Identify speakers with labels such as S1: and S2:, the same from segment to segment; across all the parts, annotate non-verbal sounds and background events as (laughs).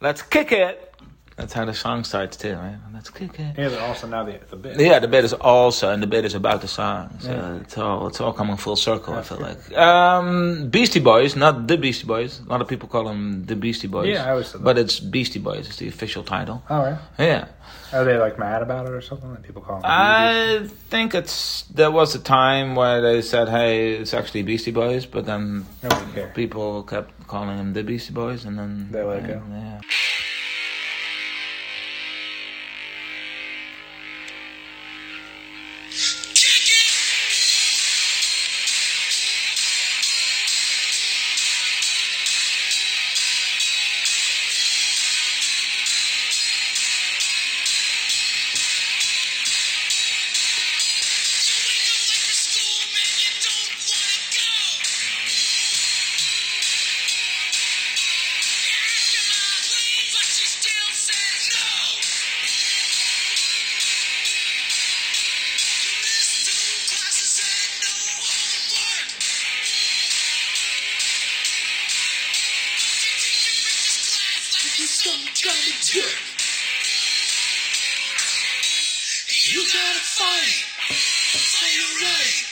S1: Let's kick it. That's how the song starts too, right? Let's kick it.
S2: And also now the the bit.
S1: Yeah, the bit is also, and the bit is about the song. So it's all it's all coming full circle. I feel like um, Beastie Boys, not the Beastie Boys. A lot of people call them the Beastie Boys.
S2: Yeah, I always said that.
S1: But it's Beastie Boys. It's the official title.
S2: All right.
S1: Yeah,
S2: Are they like mad about it or something? Like people call them.
S1: I think it's there was a time where they said, "Hey, it's actually Beastie Boys," but then
S2: Nobody cares.
S1: people kept calling them the Beastie Boys, and then
S2: They let go.
S1: Yeah.
S3: Some kind of jerk. You gotta fight for your right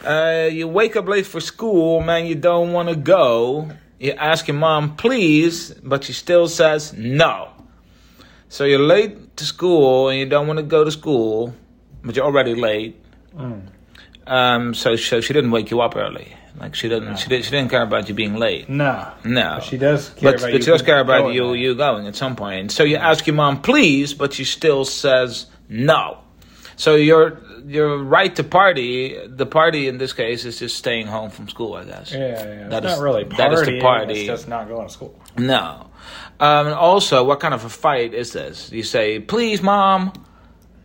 S3: to fight.
S1: Uh, you wake up late for school, man, you don't want to go. You ask your mom, please, but she still says no. So you're late to school and you don't want to go to school, but you're already late. Um, so, so she didn't wake you up early. Like she didn't, she, did, she didn't care about you being late.
S2: No.
S1: No,
S2: But she does care
S1: but,
S2: about
S1: but
S2: you
S1: she does care about
S2: going
S1: you
S2: there.
S1: you going at some point. So you ask your mom, please, but she still says no. So your your right to party, the party in this case is just staying home from school, I guess.
S2: Yeah, yeah.
S1: That
S2: it's
S1: is-
S2: not really
S1: that is the
S2: partying,
S1: party.
S2: It's just not going to school.
S1: No. Um, and also, what kind of a fight is this? You say, please, mom.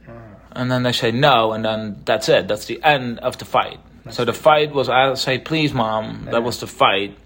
S2: Uh-huh.
S1: And then they say no, and then that's it. That's the end of the fight. so the fight was I say, please, mom. That was the fight.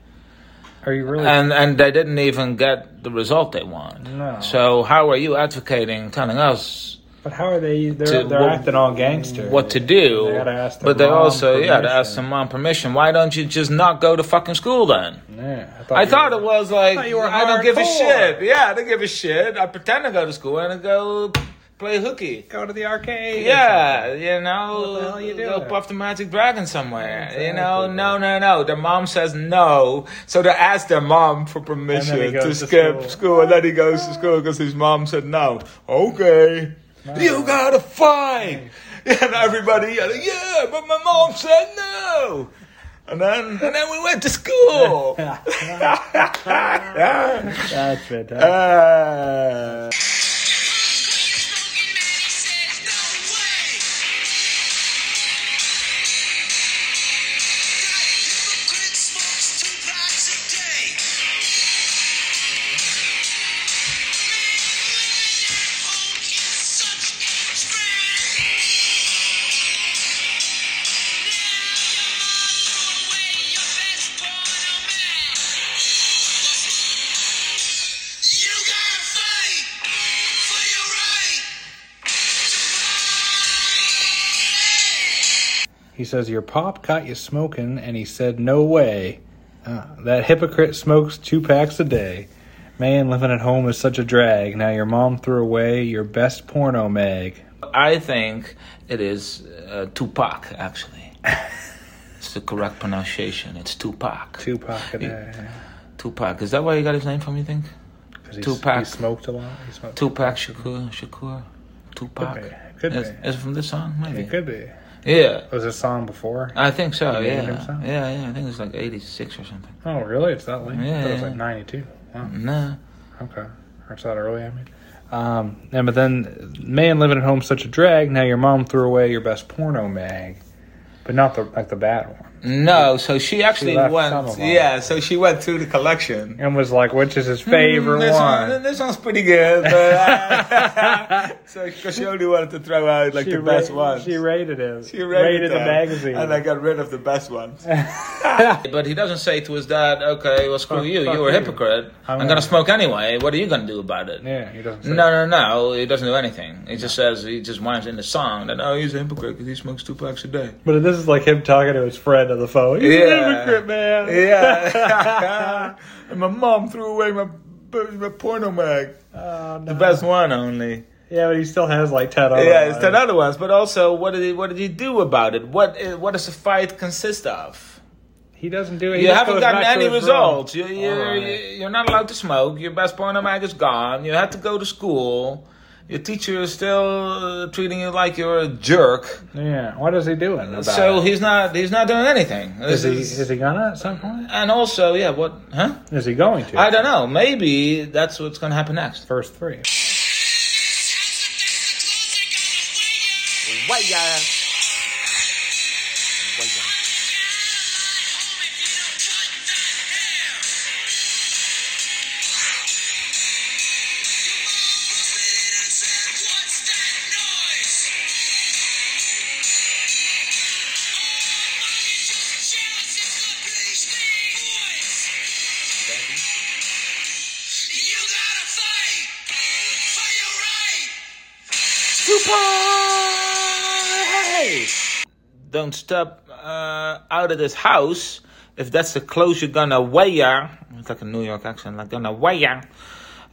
S2: Are you really?
S1: and and they didn't even get the result they want.
S2: No.
S1: So how are you advocating, telling us
S2: but how are they?
S1: To-
S2: They're, they're
S1: what-
S2: acting all gangster.
S1: what to do?
S2: They gotta ask their
S1: but they
S2: mom
S1: also yeah, they
S2: permission.
S1: ask their mom permission. Why don't you just not go to fucking school then?
S2: Yeah,
S1: I
S2: you
S1: thought
S2: were-
S1: it was like
S2: thought you were
S1: I don't give a
S2: hardcore.
S1: shit. Yeah, I don't give a shit. I pretend to go to school and I go play hooky.
S2: go to the arcade. or something.
S1: Yeah, you know,
S2: What the hell you
S1: go
S2: doing?
S1: puff the magic dragon somewhere. You know,
S2: Exactly.
S1: no, no, no. Their mom says no, so they ask their mom for permission
S2: he
S1: to
S2: goes to
S1: skip school.
S2: school.
S1: and then he goes to school because his mom said no. Okay, you gotta fight, (laughs) and everybody yelling, yeah, but my mom said no. And then, and then we went to
S2: (laughs)
S1: school.
S2: That's fantastic.
S1: Uh,
S3: Smoking man, he says, no way. That hypocrite smokes two packs a day. Man, living at home is such a trend. Now your mom threw away your best born man. You gotta fight for your right to fight.
S2: He says, Your pop caught you smoking, and he said, No way. Uh, that hypocrite smokes two packs a day. Man, living at home is such a drag. Now your mom threw away your best porno mag.
S1: I think it is uh, Tupac, actually.
S2: (laughs)
S1: it's the correct pronunciation. It's Tupac.
S2: Tupac a day.
S1: Tupac. Is that where he got his name from, you think?
S2: 'Cause he-
S1: Tupac.
S2: He smoked a lot. He smoked.
S1: Tupac Shakur. Shakur. Tupac.
S2: Could be, could
S1: is,
S2: be.
S1: is it from this song? Maybe.
S2: It could be.
S1: Yeah.
S2: Was this song before?
S1: I think so,
S2: He named
S1: yeah.
S2: himself?
S1: Yeah, yeah. I think it's like 86 or something.
S2: Oh, really? It's that late? I thought it was
S1: Yeah.
S2: like 92. Wow.
S1: No.
S2: Okay. Or it's that early, I mean. Um, yeah, but then, man, living at home is such a drag. Now your mom threw away your best porno mag. But not the like the bad one.
S1: No, so she actually
S2: left some
S1: went.
S2: of 'em.
S1: Yeah, so she went through the collection.
S2: and was like, which is his favorite
S1: Mm, this
S2: one?
S1: One, this one's pretty good,
S2: (laughs)
S1: but uh, (laughs) so because she only wanted to throw out like the
S2: ra-
S1: best ones.
S2: She rated him.
S1: She rated,
S2: the
S1: them,
S2: magazine.
S1: and I got rid of the best
S2: (laughs)
S1: ones. (laughs) but he doesn't say to his dad, "Okay, well, screw
S2: Fuck-
S1: you.
S2: fuck
S1: you were a
S2: you.
S1: hypocrite. I'm,
S2: I'm
S1: gonna
S2: gonna-
S1: smoke anyway. What are you gonna do about it?"
S2: yeah, he doesn't. Say
S1: No, no, no. He doesn't do anything. He just says he just whines in the song that oh, he's a hypocrite because he smokes two packs a day.
S2: But this is like him talking to his friend of the phone. He's
S1: Yeah.
S2: a hypocrite, man.
S1: (laughs) Yeah. and my mom threw away my my porno mag.
S2: Oh, no.
S1: The best one only.
S2: Yeah, but he still has like ten other.
S1: yeah, it's ten
S2: ones.
S1: other ones. But also, what did he, what did he do about it? What i- what does the fight consist of?
S2: He doesn't do it. He
S1: you
S2: just
S1: haven't
S2: goes
S1: gotten
S2: back to
S1: any
S2: his
S1: results. You,
S2: room.
S1: you,
S2: All right.
S1: you, you're not allowed to smoke. Your best porno mag is gone. You had to go to school. Your teacher is still uh, treating you like you're a jerk.
S2: Yeah. What is he doing? About
S1: so
S2: it?
S1: he's not he's not doing anything.
S2: is
S1: This
S2: he
S1: is-
S2: is he gonna at some point?
S1: and also, yeah, what? Huh?
S2: Is he going to?
S1: I don't know. Maybe that's what's going to happen next.
S2: First three.
S3: You gotta fight for your right.
S1: Don't step uh, out of this house if that's the clothes you're gonna wear. It's like a New York accent, like gonna wear.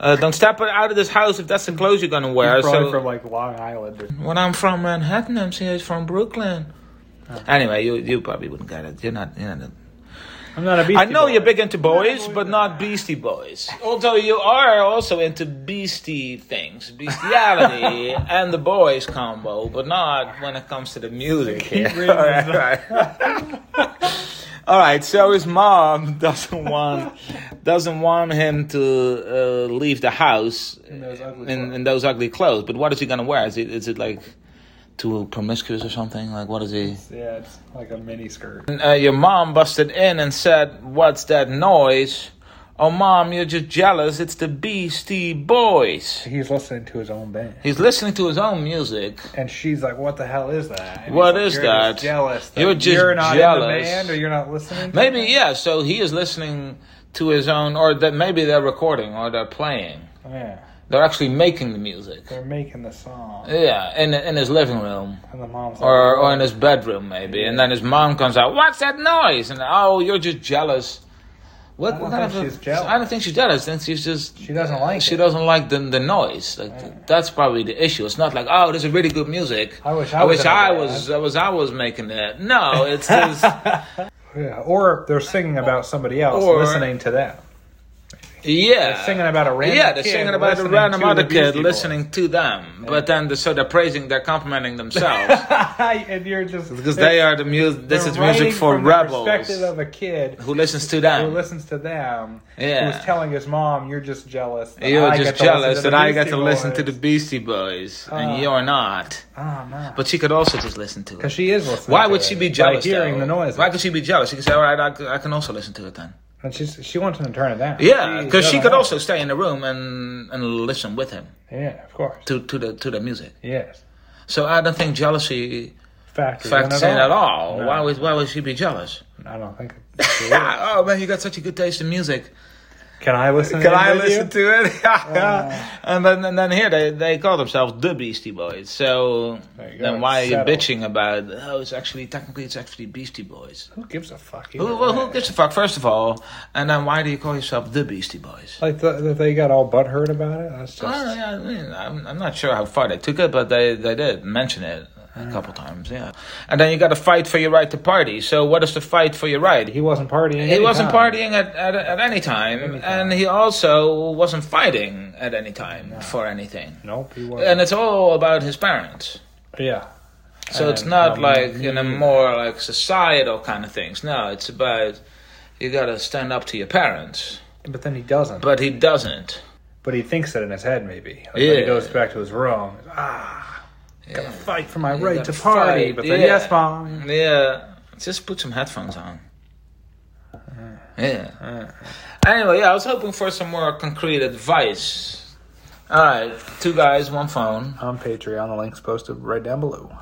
S1: Uh, don't step out of this house if that's the clothes you're gonna wear.
S2: He's probably
S1: So
S2: from like Long Island. Or,
S1: when I'm from Manhattan, I'm saying it's from Brooklyn. Anyway, you you probably wouldn't get it. You're not. You're not
S2: I'm not a beast.
S1: I know you're big into boys, but not Beastie Boys. Although you are also into beastie things,
S2: (laughs)
S1: bestiality and the boys combo, but not when it comes to the music. Here.
S2: reading
S1: All (laughs) right, All right, so his mom (laughs) doesn't want doesn't want him to uh, leave the house in
S2: those ugly
S1: in,
S2: clothes.
S1: those ugly clothes. But what is he gonna wear? Is it is it like too promiscuous or something? Like what is he?
S2: Yeah, it's like a mini skirt.
S1: uh, your mom busted in and said, "What's that noise?" Oh, mom, you're just jealous. It's the Beastie Boys.
S2: He's listening to his own band,
S1: He's listening to his own music.
S2: and she's like, "What the hell is that?" And
S1: What
S2: he's like,
S1: is
S2: "You're
S1: that?
S2: Just jealous. that
S1: You're just
S2: you're not
S1: jealous."
S2: in the band, or you're not listening. to
S1: Maybe
S2: it?
S1: yeah. So he is listening to his own, or that maybe they're recording or they're playing.
S2: Yeah,
S1: They're actually making the music.
S2: they're making the song,
S1: Yeah, in in his living room
S2: and the mom's
S1: Eh.
S2: like,
S1: or or in his bedroom maybe, and then his mom comes out. What's that noise? And oh, you're just jealous. What,
S2: I don't
S1: what kind
S2: think
S1: of a-
S2: she's jealous.
S1: I don't think she's jealous. I think she's just
S2: She doesn't like
S1: she
S2: it.
S1: doesn't like the the noise. Like that's probably the issue. It's not like oh, this is really good music.
S2: I wish I
S1: I
S2: was
S1: wish
S2: in a
S1: I
S2: band."
S1: was I was I was making that. No,
S2: (laughs)
S1: it's just
S2: Yeah, or they're singing about somebody else,
S1: Or-
S2: listening to them.
S1: yeah.
S2: They're singing about a random.
S1: yeah, they're
S2: kid
S1: singing about the
S2: listening
S1: random
S2: to
S1: other
S2: the
S1: kid
S2: Beastie Boys.
S1: listening to them, but then the, so they're praising, they're complimenting
S2: (laughs)
S1: themselves
S2: (laughs) and you're just
S1: because they are the music. This
S2: they're
S1: is music
S2: writing
S1: for
S2: from
S1: rebels.
S2: The perspective of a kid
S1: who listens to
S2: who
S1: them.
S2: listens to them.
S1: Yeah.
S2: who's telling his mom, "You're just jealous. that
S1: You're
S2: I
S1: just
S2: get to listen
S1: jealous
S2: to the
S1: that I
S2: Beastie
S1: got to listen to
S2: Boys."
S1: the Beastie Boys,
S2: Ah.
S1: and you're not.
S2: Oh no!
S1: But she could also just listen to
S2: Because
S1: it.
S2: she is listening.
S1: Why
S2: to
S1: would
S2: it
S1: she be jealous?
S2: By hearing
S1: though?
S2: the noise,
S1: Why could she be jealous? She could say, "All right, I, c- I can also listen to it then."
S2: and she's, she wants him to turn it down.
S1: Yeah, because she
S2: doesn't
S1: could
S2: want
S1: also stay in the room and and listen with him
S2: it. Yeah, of course.
S1: to to the to the music.
S2: Yes,
S1: So I don't think jealousy
S2: factors.
S1: factors in at all.
S2: No.
S1: Why would why would she be jealous?
S2: I don't think.
S1: (laughs) oh man, you got such a good taste in music.
S2: (laughs) Can I listen?
S1: Can
S2: in
S1: I
S2: with
S1: listen
S2: you?
S1: to it? (laughs)
S2: Ah.
S1: and then and then here they, they call themselves the Beastie Boys. So
S2: There you go,
S1: then why are
S2: it's
S1: you
S2: settled.
S1: bitching about? Oh, it's actually technically it's actually Beastie Boys.
S2: Who gives a fuck?
S1: Who, well, who gives a fuck? First of all, and then why do you call yourself the Beastie Boys?
S2: Like th- that they got all butthurt about it. That's just.
S1: Well, yeah, I mean, I'm, I'm not sure how far they took it, but they, they did mention it
S2: Mm.
S1: a couple times, yeah. And then you got to fight for your right to party. So what is the fight for your right?
S2: He wasn't partying.
S1: He
S2: any
S1: wasn't
S2: time.
S1: partying at, at, at any time,
S2: time.
S1: and he also wasn't fighting at any time for anything.
S2: Nope, he wasn't.
S1: And it's all about his parents.
S2: yeah,
S1: So it's
S2: And,
S1: not
S2: um,
S1: like in a more like societal kind of things. No, it's about you gotta stand up to your parents.
S2: but then he doesn't.
S1: But
S2: But,
S1: he doesn't.
S2: he thinks it in his head, maybe. Like When
S1: Yeah.
S2: he goes back to his room. he's, Ah, gotta fight for my
S1: You
S2: right
S1: gotta
S2: to party.
S1: fight,
S2: But then,
S1: yeah.
S2: yes, mom.
S1: Yeah. Just put some headphones on.
S2: Uh-huh.
S1: Yeah. Anyway, yeah, I was hoping for some more concrete advice. Alright, two guys, one phone.
S2: On Patreon, the link's posted right down below.